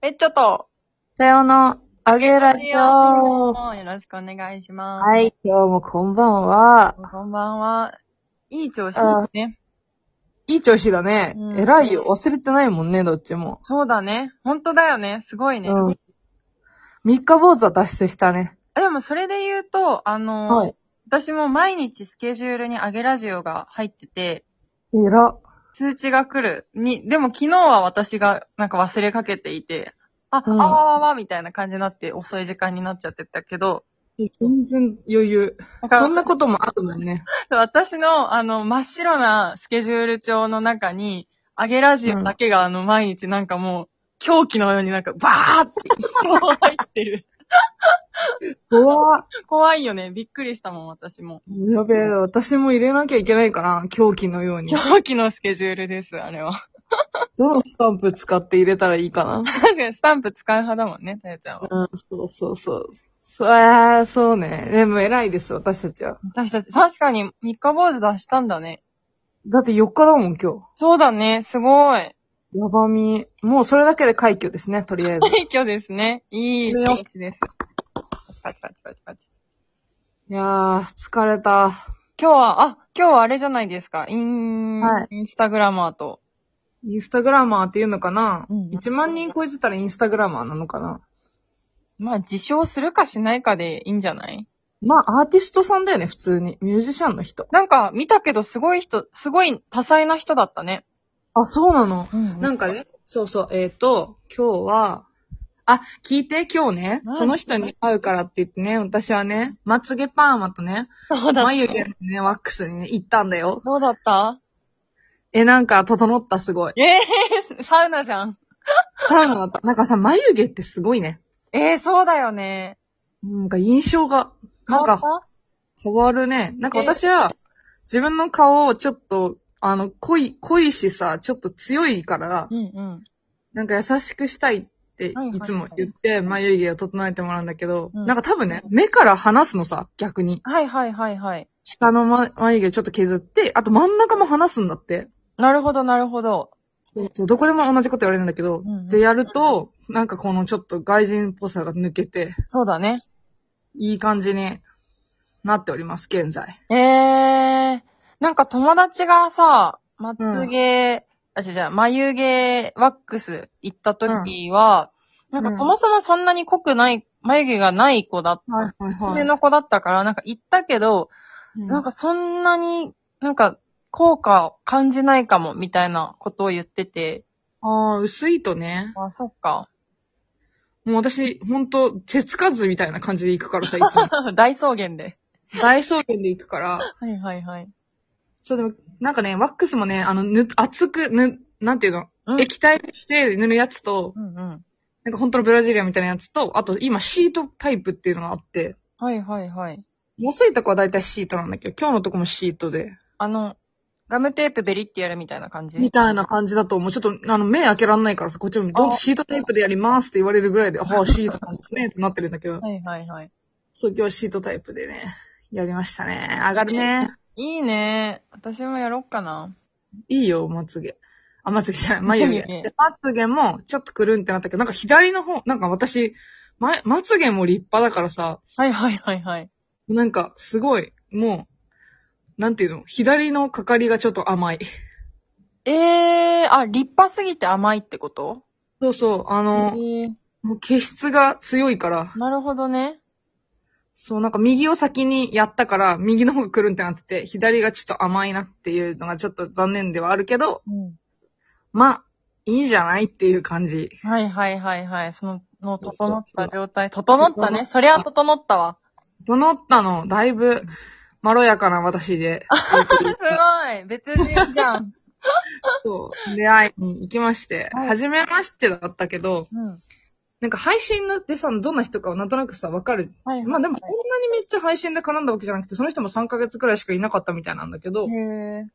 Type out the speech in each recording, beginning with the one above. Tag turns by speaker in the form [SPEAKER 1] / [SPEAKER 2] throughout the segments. [SPEAKER 1] ペッチョと、
[SPEAKER 2] さよの、あげらしょう。
[SPEAKER 1] よろしくお願いします。
[SPEAKER 2] は。い、今日もこんばんは。
[SPEAKER 1] こんばんは。いい調子ですね。
[SPEAKER 2] いい調子だね
[SPEAKER 1] う。ん
[SPEAKER 2] 偉いよ。忘れてないもんね、どっちも。
[SPEAKER 1] そうだね。本当だよね。すごいね。
[SPEAKER 2] うん。三日坊主は脱出したね。
[SPEAKER 1] あでもそれで言うと、あの、
[SPEAKER 2] はい。
[SPEAKER 1] 私も毎日スケジュールに上げラジオが入ってて、
[SPEAKER 2] えら。
[SPEAKER 1] 通知が来る。に、でも昨日は私がなんか忘れかけていて、あ、
[SPEAKER 2] うん
[SPEAKER 1] あわわわみたいな感じになって遅い時間になっちゃってたけど、
[SPEAKER 2] 全然余裕。
[SPEAKER 1] なんか
[SPEAKER 2] そんなこともあるもんね。
[SPEAKER 1] 私の、あの、真っ白なスケジュール帳の中に、あげラジオだけが、あの、毎日なんかもう、狂気のようになんか、バーって一生入ってる。
[SPEAKER 2] 怖っ
[SPEAKER 1] 怖いよね。びっくりしたもん、私も。
[SPEAKER 2] やべえ、私も入れなきゃいけないかな。狂気のように。
[SPEAKER 1] 狂気のスケジュールです、あれは。
[SPEAKER 2] どのスタンプ使って入れたらいいかな。
[SPEAKER 1] 確かにスタンプ使う派だもんね、たやちゃんは。
[SPEAKER 2] うん、そうそうそう。そう、あーそうね。でも偉いです、私たちは。
[SPEAKER 1] 私たち、確かに三日坊主出したんだね。
[SPEAKER 2] だって4日だもん、今日。
[SPEAKER 1] そうだね、すごい。
[SPEAKER 2] やばみ。もうそれだけで快挙ですね、とりあえず。 い
[SPEAKER 1] 快挙ですね。いい調子です。パチパチパチパチ。
[SPEAKER 2] やー、疲れた。
[SPEAKER 1] 今日は、あ、今日はあれじゃないですか。イン、
[SPEAKER 2] はい
[SPEAKER 1] インスタグラマーと。
[SPEAKER 2] インスタグラマーっていうのかな、
[SPEAKER 1] うん
[SPEAKER 2] ?1 万人超えてたらインスタグラマーなのかな
[SPEAKER 1] まあ、自称するかしないかでいいんじゃない
[SPEAKER 2] まあ、アーティストさんだよね、普通に。ミュージシャンの人。
[SPEAKER 1] なんか、見たけど、すごい人、すごい多彩な人だったね。
[SPEAKER 2] あ、そうなの。
[SPEAKER 1] な
[SPEAKER 2] なんん
[SPEAKER 1] か、
[SPEAKER 2] かね、そうそう、えっ、ー、と、今日は、あ、聞いて、今日ね、
[SPEAKER 1] はい
[SPEAKER 2] その人に会うからって言ってね、私はね、まつげパーマとね、
[SPEAKER 1] そうだった。
[SPEAKER 2] 眉毛のね、ワックスにね、行ったんだよ。
[SPEAKER 1] どうだった
[SPEAKER 2] え、なんか、整った、すごい。
[SPEAKER 1] ええー、サウナじゃん。
[SPEAKER 2] サウナだった。なんかさ、眉毛ってすごいね。
[SPEAKER 1] ええー、そうだよね。
[SPEAKER 2] なんか印象が、なん
[SPEAKER 1] 変
[SPEAKER 2] か
[SPEAKER 1] わっ
[SPEAKER 2] 変わるね。なんか
[SPEAKER 1] え
[SPEAKER 2] 私は、自分の顔をちょっと、あの、濃い、濃いしさ、ちょっと強いか
[SPEAKER 1] た、
[SPEAKER 2] ら
[SPEAKER 1] うんうん。
[SPEAKER 2] なんか優しくしたいって
[SPEAKER 1] はいはい
[SPEAKER 2] いつも言って、眉毛を整えてもらうんだけど、
[SPEAKER 1] うん
[SPEAKER 2] なんか多分ね、目から離すのさ、逆に。
[SPEAKER 1] はいはいはいはい。
[SPEAKER 2] 下の、ま、眉毛ちょっと削って、あと真ん中も離すんだって。
[SPEAKER 1] なるほどなるほど。
[SPEAKER 2] そうそう、どこでも同じこと言われるんだけど、
[SPEAKER 1] うんうん
[SPEAKER 2] でやると、なんかこのちょっと外人っぽさが抜けて、
[SPEAKER 1] そうだね。
[SPEAKER 2] いい感じになっております、現在。
[SPEAKER 1] ええー、なんか友達がさ、まつげ、あ、違う違う、眉毛ワックス行った時は、
[SPEAKER 2] ん
[SPEAKER 1] なんかそもそもそんなに濃くない、眉毛がない子だった。
[SPEAKER 2] はいはい
[SPEAKER 1] 初めの子だったから、なんか行ったけど、
[SPEAKER 2] な
[SPEAKER 1] なんんか
[SPEAKER 2] か、
[SPEAKER 1] そんなになんか効果を感じないかも、みたいなことを言ってて。
[SPEAKER 2] ああ、薄いとね。
[SPEAKER 1] あ、そっか。
[SPEAKER 2] もう私、ほんと、手つかずみたいな感じで行くからさ、いつ も
[SPEAKER 1] 大草原で。
[SPEAKER 2] 大草原で行くから。
[SPEAKER 1] はいはいはい。
[SPEAKER 2] そう、でも、なんかね、ワックスもね、あの、ぬ、熱く、ぬ、なんていうの、
[SPEAKER 1] うん
[SPEAKER 2] 液体にして塗るやつと、
[SPEAKER 1] うんうん。
[SPEAKER 2] なんか本当のブラジリアンみたいなやつと、あと今シートタイプっていうのがあって、
[SPEAKER 1] はいはいはい。
[SPEAKER 2] 安いとこは大体シートなんだけど、今日のとこもシートで。
[SPEAKER 1] あの、ガムテープベリってやるみたいな感じ。
[SPEAKER 2] みたいな感じだと、もうちょっと、あの、目開けらんないからさ、こっちも、どん
[SPEAKER 1] あ
[SPEAKER 2] どんシートテープでやりますって言われるぐらいで、あ あ、シートなんですね、ってなってるんだけど、
[SPEAKER 1] はいはいはい。
[SPEAKER 2] そう、今日シートタイプでね、やりましたね。上がるね。
[SPEAKER 1] いいね。私もやろっかな。
[SPEAKER 2] いいよ、まつげ。あ、まつげじゃない、眉
[SPEAKER 1] 眉
[SPEAKER 2] 毛。
[SPEAKER 1] 毛
[SPEAKER 2] でまつげも、ちょっとくるんってなったけど、なんか左の方、なんか私、ま、まつげも立派だからさ、
[SPEAKER 1] はいはいはいはい。
[SPEAKER 2] なんか、すごい、もう、なんていうの、左のかかりがちょっと甘い。
[SPEAKER 1] えー、あ、立派すぎて甘いってこと
[SPEAKER 2] そうそう、あ
[SPEAKER 1] え
[SPEAKER 2] の、
[SPEAKER 1] ー、
[SPEAKER 2] もう毛質が強いから、
[SPEAKER 1] なるほどね。
[SPEAKER 2] そう、なんか右を先にやったから、右の方がくるんってなってて、左がちょっと甘いなっていうのがちょっと残念ではあるけど、
[SPEAKER 1] うん。
[SPEAKER 2] まあ、いいんじゃないっていう感じ。
[SPEAKER 1] はいはいはいはい。その、の、
[SPEAKER 2] そうそう
[SPEAKER 1] 整った状態。整ったね。そりゃ整ったわ。
[SPEAKER 2] 整ったの、だいぶ、まろやかな私で、
[SPEAKER 1] すごい別人じゃん。
[SPEAKER 2] そう、出会いに行きまして、
[SPEAKER 1] はい
[SPEAKER 2] 初めましてだったけど、
[SPEAKER 1] うん。
[SPEAKER 2] なんか配信でさ、どんな人かはなんとなくさ、わかる。
[SPEAKER 1] はい。
[SPEAKER 2] まあでも、こんなにめっちゃ配信で絡んだわけじゃなくて、その人も3ヶ月くらいしかいなかったみたいなんだけど、
[SPEAKER 1] へえ。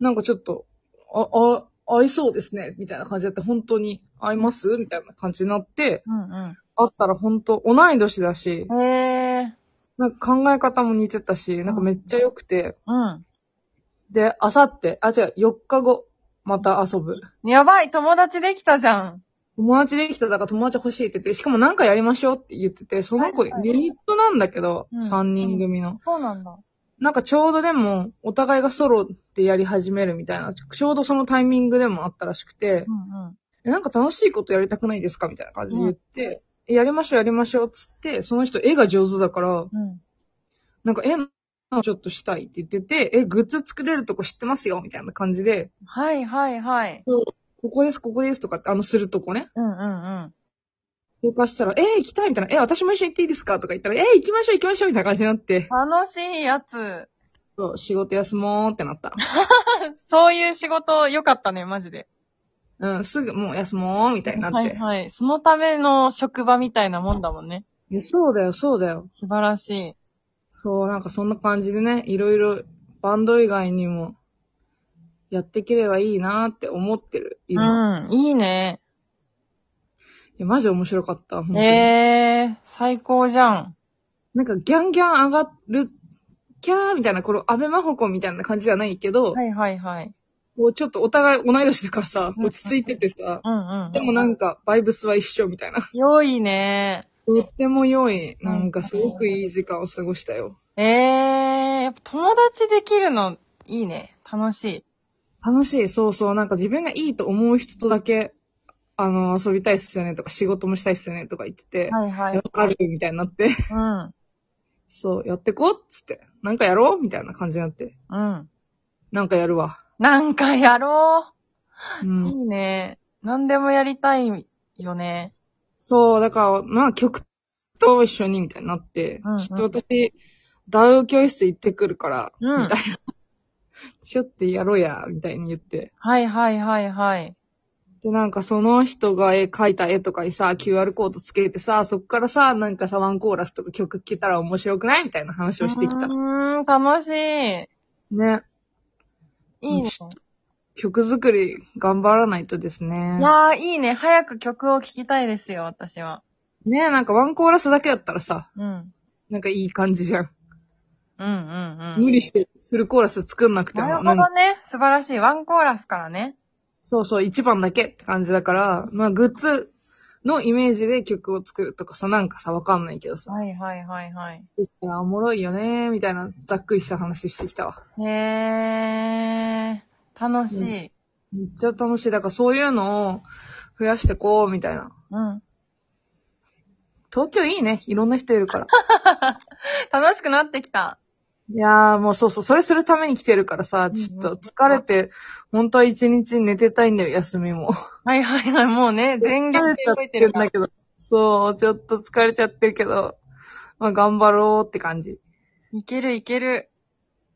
[SPEAKER 2] なんかちょっと、あ、あ、合いそうですね、みたいな感じだって、本当に合いますみたいな感じになって、
[SPEAKER 1] うん
[SPEAKER 2] 会ったら本当、同い年だし、
[SPEAKER 1] うん。へえ。
[SPEAKER 2] なんか考え方も似てたし、なんかめっちゃ良くて、
[SPEAKER 1] うん。
[SPEAKER 2] で、あさって、あ、違う、4日後、また遊ぶ。
[SPEAKER 1] やばい、友達できたじゃん。
[SPEAKER 2] 友達できただから友達欲しいって言って、しかも何回やりましょうって言ってて、その子
[SPEAKER 1] はい
[SPEAKER 2] ユ
[SPEAKER 1] はい
[SPEAKER 2] ニットなんだけど、
[SPEAKER 1] うん
[SPEAKER 2] 3人組の。
[SPEAKER 1] そうなんだ。
[SPEAKER 2] なんかちょうどでも、お互いがソロでやり始めるみたいな、ちょうどそのタイミングでもあったらしくて
[SPEAKER 1] う、んうん。
[SPEAKER 2] えなんか楽しいことやりたくないですかみたいな感じで言って、えやりましょうやりましょうっつって、その人絵が上手だから、
[SPEAKER 1] うん。
[SPEAKER 2] なんか絵のちょっとしたいって言ってて、え、グッズ作れるとこ知ってますよみたいな感じで、
[SPEAKER 1] はいはいはい。
[SPEAKER 2] ここです、ここですとかって、あの、するとこね。
[SPEAKER 1] うんうんうん。
[SPEAKER 2] 動かしたら、えー、行きたいみたいな、えー、私も一緒に行っていいですかとか言ったら、えー、行きましょう行きましょうみたいな感じになって、
[SPEAKER 1] 楽しいやつ。
[SPEAKER 2] そう、仕事休もうってなった。
[SPEAKER 1] そういう仕事良かったね、マジで。
[SPEAKER 2] うん、すぐもう休もうみたいになって。
[SPEAKER 1] はいはい。そのための職場みたいなもんだもんね。
[SPEAKER 2] いやそうだよ、そうだよ。
[SPEAKER 1] 素晴らしい。
[SPEAKER 2] そう、なんかそんな感じでね、いろいろバンド以外にもやっていければいいなーって思ってる、今。
[SPEAKER 1] う
[SPEAKER 2] い
[SPEAKER 1] ん、いいね。
[SPEAKER 2] や、マジ面白かった、本当に
[SPEAKER 1] えー、最高じゃん。
[SPEAKER 2] なんかギャンギャン上がる、キャーみたいな、この安倍真帆子みたいな感じじゃないけど、
[SPEAKER 1] はいはいはい。
[SPEAKER 2] こうちょっとお互い同い年だからさ、
[SPEAKER 1] うん
[SPEAKER 2] 落ち着いててさ、
[SPEAKER 1] うんうん。
[SPEAKER 2] でもなんか、バイブスは一緒みたいな。
[SPEAKER 1] 良いね。
[SPEAKER 2] とっても良い。
[SPEAKER 1] うん
[SPEAKER 2] なんかすごくいい時間を過ごしたよ。
[SPEAKER 1] えー、やっぱ友達できるのいいね。楽しい。
[SPEAKER 2] 楽しい。そうそう。なんか自分がいいと思う人とだけ、あの、遊びたいっすよねとか、仕事もしたいっすよねとか言ってて、
[SPEAKER 1] はいは
[SPEAKER 2] わ、。かるみたいになって、
[SPEAKER 1] うん。
[SPEAKER 2] そう、やってこっつって、なんかやろうみたいな感じになって、
[SPEAKER 1] うん。
[SPEAKER 2] なんかやるわ。
[SPEAKER 1] なんかやろ
[SPEAKER 2] う
[SPEAKER 1] う。
[SPEAKER 2] ん。
[SPEAKER 1] いいね。何でもやりたいよね。
[SPEAKER 2] そう、だから、まあ曲と一緒にみたいになって、
[SPEAKER 1] うんうん
[SPEAKER 2] ちょっと私、ダウ教室行ってくるから、
[SPEAKER 1] うん
[SPEAKER 2] みたいな。ちょってやろうや、みたいに言って。
[SPEAKER 1] はいはいはいはい。
[SPEAKER 2] で、なんかその人が絵描いた絵とかにさ、QR コードつけてさ、そっからさ、なんかさ、ワンコーラスとか曲聴けたら面白くないみたいな話をしてきた
[SPEAKER 1] う。ーん、楽しい。
[SPEAKER 2] ね。
[SPEAKER 1] いいね。
[SPEAKER 2] 曲作り頑張らないとですね
[SPEAKER 1] い。やー、いいね。早く曲を聴きたいですよ、私は。
[SPEAKER 2] ねなんかワンコーラスだけだったらさ、
[SPEAKER 1] うん。
[SPEAKER 2] なんかいい感じじゃん。
[SPEAKER 1] うんうんうん。
[SPEAKER 2] 無理してフルコーラス作んなくて
[SPEAKER 1] なる
[SPEAKER 2] も。
[SPEAKER 1] ほ
[SPEAKER 2] なんか
[SPEAKER 1] どね。素晴らしい。ワンコーラスからね。
[SPEAKER 2] そうそう、一番だけって感じだから、まあグッズのイメージで曲を作るとかさ、なんかさ、わかんないけどさ。
[SPEAKER 1] はいはいはいはい。
[SPEAKER 2] できたらおもろいよねみたいな、ざっくりした話してきたわ。
[SPEAKER 1] へー。楽しい。
[SPEAKER 2] めっちゃ楽しい。だからそういうのを増やしてこう、みたいな。
[SPEAKER 1] うん。
[SPEAKER 2] 東京いいね。いろんな人いる から。
[SPEAKER 1] 楽しくなってきた。
[SPEAKER 2] いやーもうそうそう、それするために来てるからさ、
[SPEAKER 1] ん
[SPEAKER 2] ちょっと疲れて、本当は一日寝てたいんだよ、休みも。
[SPEAKER 1] はいはいはい。もう ね、全力で動いてる
[SPEAKER 2] ん
[SPEAKER 1] から
[SPEAKER 2] だ。けど。そう、ちょっと疲れちゃってるけど、まあ頑張ろうって感じ。
[SPEAKER 1] いけるいける。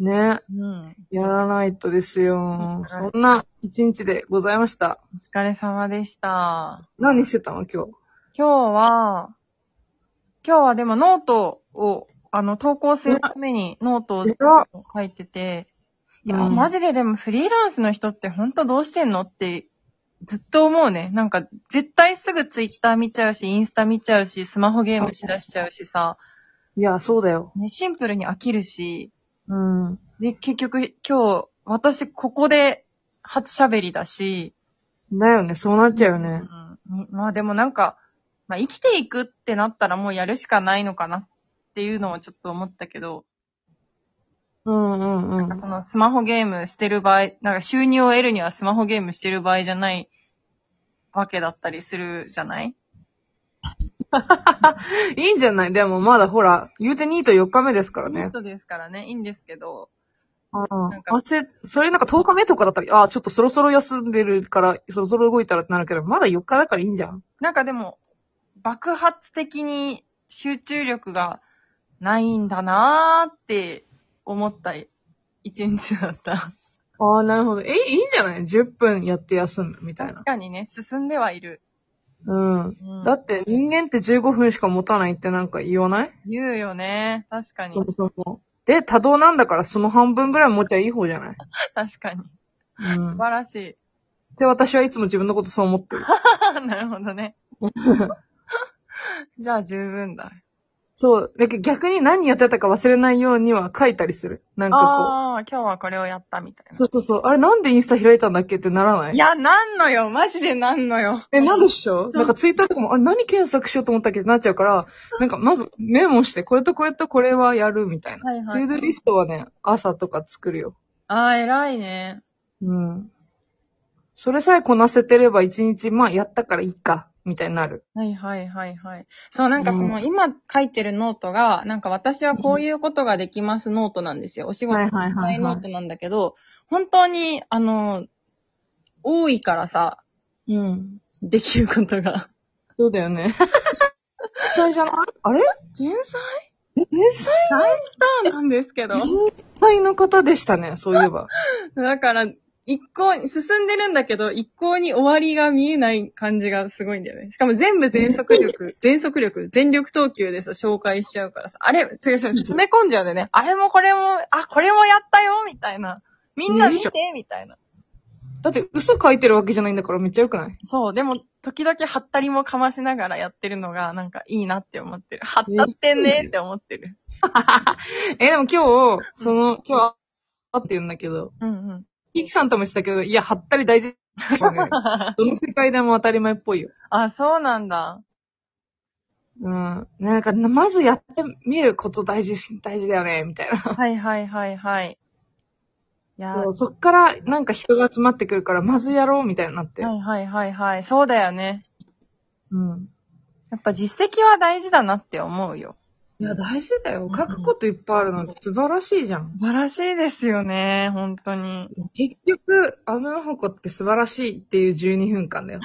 [SPEAKER 2] ね。
[SPEAKER 1] うん。
[SPEAKER 2] やらないとですよ。そんな一日でございました。
[SPEAKER 1] お疲れ様でした。
[SPEAKER 2] 何してたの、今日。
[SPEAKER 1] 今日は、今日はでもノートを、あの、投稿するためにノート
[SPEAKER 2] 偉
[SPEAKER 1] を書いてて、
[SPEAKER 2] い
[SPEAKER 1] いや、マジででもフリーランスの人って本当どうしてんのってずっと思うね。なんか絶対すぐツイッター見ちゃうし、インスタ見ちゃうし、スマホゲームしだしちゃうしさ、
[SPEAKER 2] いや、そうだよ。
[SPEAKER 1] ね、シンプルに飽きるし、
[SPEAKER 2] うん。
[SPEAKER 1] で、結局今日私ここで初喋りだし、
[SPEAKER 2] だよね、そうなっちゃうよね。
[SPEAKER 1] うんまあでもなんか、まあ生きていくってなったらもうやるしかないのかなっていうのをちょっと思ったけど、
[SPEAKER 2] うんうんうん。
[SPEAKER 1] そのスマホゲームしてる場合、なんか収入を得るにはスマホゲームしてる場合じゃないわけだったりするじゃない
[SPEAKER 2] いいんじゃないでもまだほら、言うてニート4日目ですから
[SPEAKER 1] ネッ
[SPEAKER 2] ね。
[SPEAKER 1] トですからね、いいんですけど。
[SPEAKER 2] うん
[SPEAKER 1] なんか
[SPEAKER 2] あせ、それなんか10日目とかだったら、あちょっとそろそろ休んでるから、そろそろ動いたらってなるけど、まだ4日だからいいんじゃん。
[SPEAKER 1] なんかでも、爆発的に集中力がないんだなーって思った一日だった。
[SPEAKER 2] ああ、なるほど。え、いいんじゃない ?10 分やって休む、みたいな
[SPEAKER 1] 確。かにね、進んではいる。
[SPEAKER 2] うん。
[SPEAKER 1] うん
[SPEAKER 2] だって人間って15分しか持たないってなんか言わない
[SPEAKER 1] 言うよね。確かに
[SPEAKER 2] そ。もそも。で、多動なんだからその半分ぐらい持ちゃいい方じゃない
[SPEAKER 1] 確かに。
[SPEAKER 2] うん
[SPEAKER 1] 素。晴らしい。
[SPEAKER 2] で、私はいつも自分のことそう思ってる。
[SPEAKER 1] なるほどね。じゃあ十分だ。
[SPEAKER 2] そう。だけど逆に何やってたか忘れないようには書いたりする。なんかこう。
[SPEAKER 1] ああー、今日はこれをやったみたい
[SPEAKER 2] そうそうそう。あれなんでインスタ開いたんだっけってならな
[SPEAKER 1] な。
[SPEAKER 2] い
[SPEAKER 1] いや、なんのよ。マジでなんのよ。
[SPEAKER 2] え、なんでっしょ
[SPEAKER 1] う
[SPEAKER 2] なんかツイッターとかも、あれ何検索しようと思ったっけってなっちゃうから、なんかまずメモして、これとこれとこれはやるみたいな。
[SPEAKER 1] はい
[SPEAKER 2] トゥードゥリストはね、朝とか作るよ。
[SPEAKER 1] ああ、偉いね。
[SPEAKER 2] うん。それさえこなせてれば一日、まあやったからいいか、みたいになる。
[SPEAKER 1] はいはいはいはい。そう、なんかその、
[SPEAKER 2] う
[SPEAKER 1] 今書いてるノートが、なんか私はこういうことができますノートなんですよ。お仕事
[SPEAKER 2] は
[SPEAKER 1] の
[SPEAKER 2] いはいはいはい
[SPEAKER 1] したいノートなんだけど、本当に、あの、多いからさ、
[SPEAKER 2] うん。
[SPEAKER 1] できること が。
[SPEAKER 2] そうだ よね。天才じゃないあれ
[SPEAKER 1] 天才
[SPEAKER 2] え天才
[SPEAKER 1] 大スターなんですけど。
[SPEAKER 2] 天才の方でしたね、そういえば。
[SPEAKER 1] だから、一向に、進んでるんだけど、一向に終わりが見えない感じがすごいんだよね。しかも全部全速 力、全速力、全力投球でさ、紹介しちゃうからさ、あれ、違う違う、詰め込んじゃうんだよね。あれもこれも、あ、これもやったよ、みたいな。みんな見て、みたいな。
[SPEAKER 2] だって嘘書いてるわけじゃないんだからめっちゃ良くない
[SPEAKER 1] そう、でも、時々はったりもかましながらやってるのが、なんかいいなって思ってる。はったってんねって思ってる。
[SPEAKER 2] え、でも今日、その、今日、あって言うんだけど、
[SPEAKER 1] うんうん。
[SPEAKER 2] キキさんとも言ってたけど、いや、はったり大事だよね。 どの世界でも当たり前っぽいよ。
[SPEAKER 1] あ、そうなんだ。
[SPEAKER 2] うん。なんか、まずやってみること大事し、大事だよね、みたいな。
[SPEAKER 1] はいはいはいはい。いやー
[SPEAKER 2] そうそっから、なんか人が集まってくるから、まずやろう、みたいになって。
[SPEAKER 1] はいはいはいはい。そうだよね。
[SPEAKER 2] うん。
[SPEAKER 1] やっぱ実績は大事だなって思うよ。
[SPEAKER 2] いや、大事だよ。書くこといっぱいあるなんて素晴らしいじゃん。
[SPEAKER 1] 素晴らしいですよね、本当 に。
[SPEAKER 2] 結局、アムホコって素晴らしいっていう12分間だよ。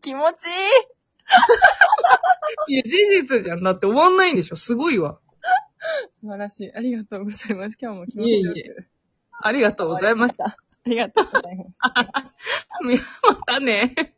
[SPEAKER 1] 気持ちいい
[SPEAKER 2] いや、事実じゃん。だって終わんないんでしょ。すごいわ。
[SPEAKER 1] 素晴らしい。ありがとうございます。今日も気
[SPEAKER 2] いえいえ。ありがとうございました。
[SPEAKER 1] た。ありがとうございます。
[SPEAKER 2] またね。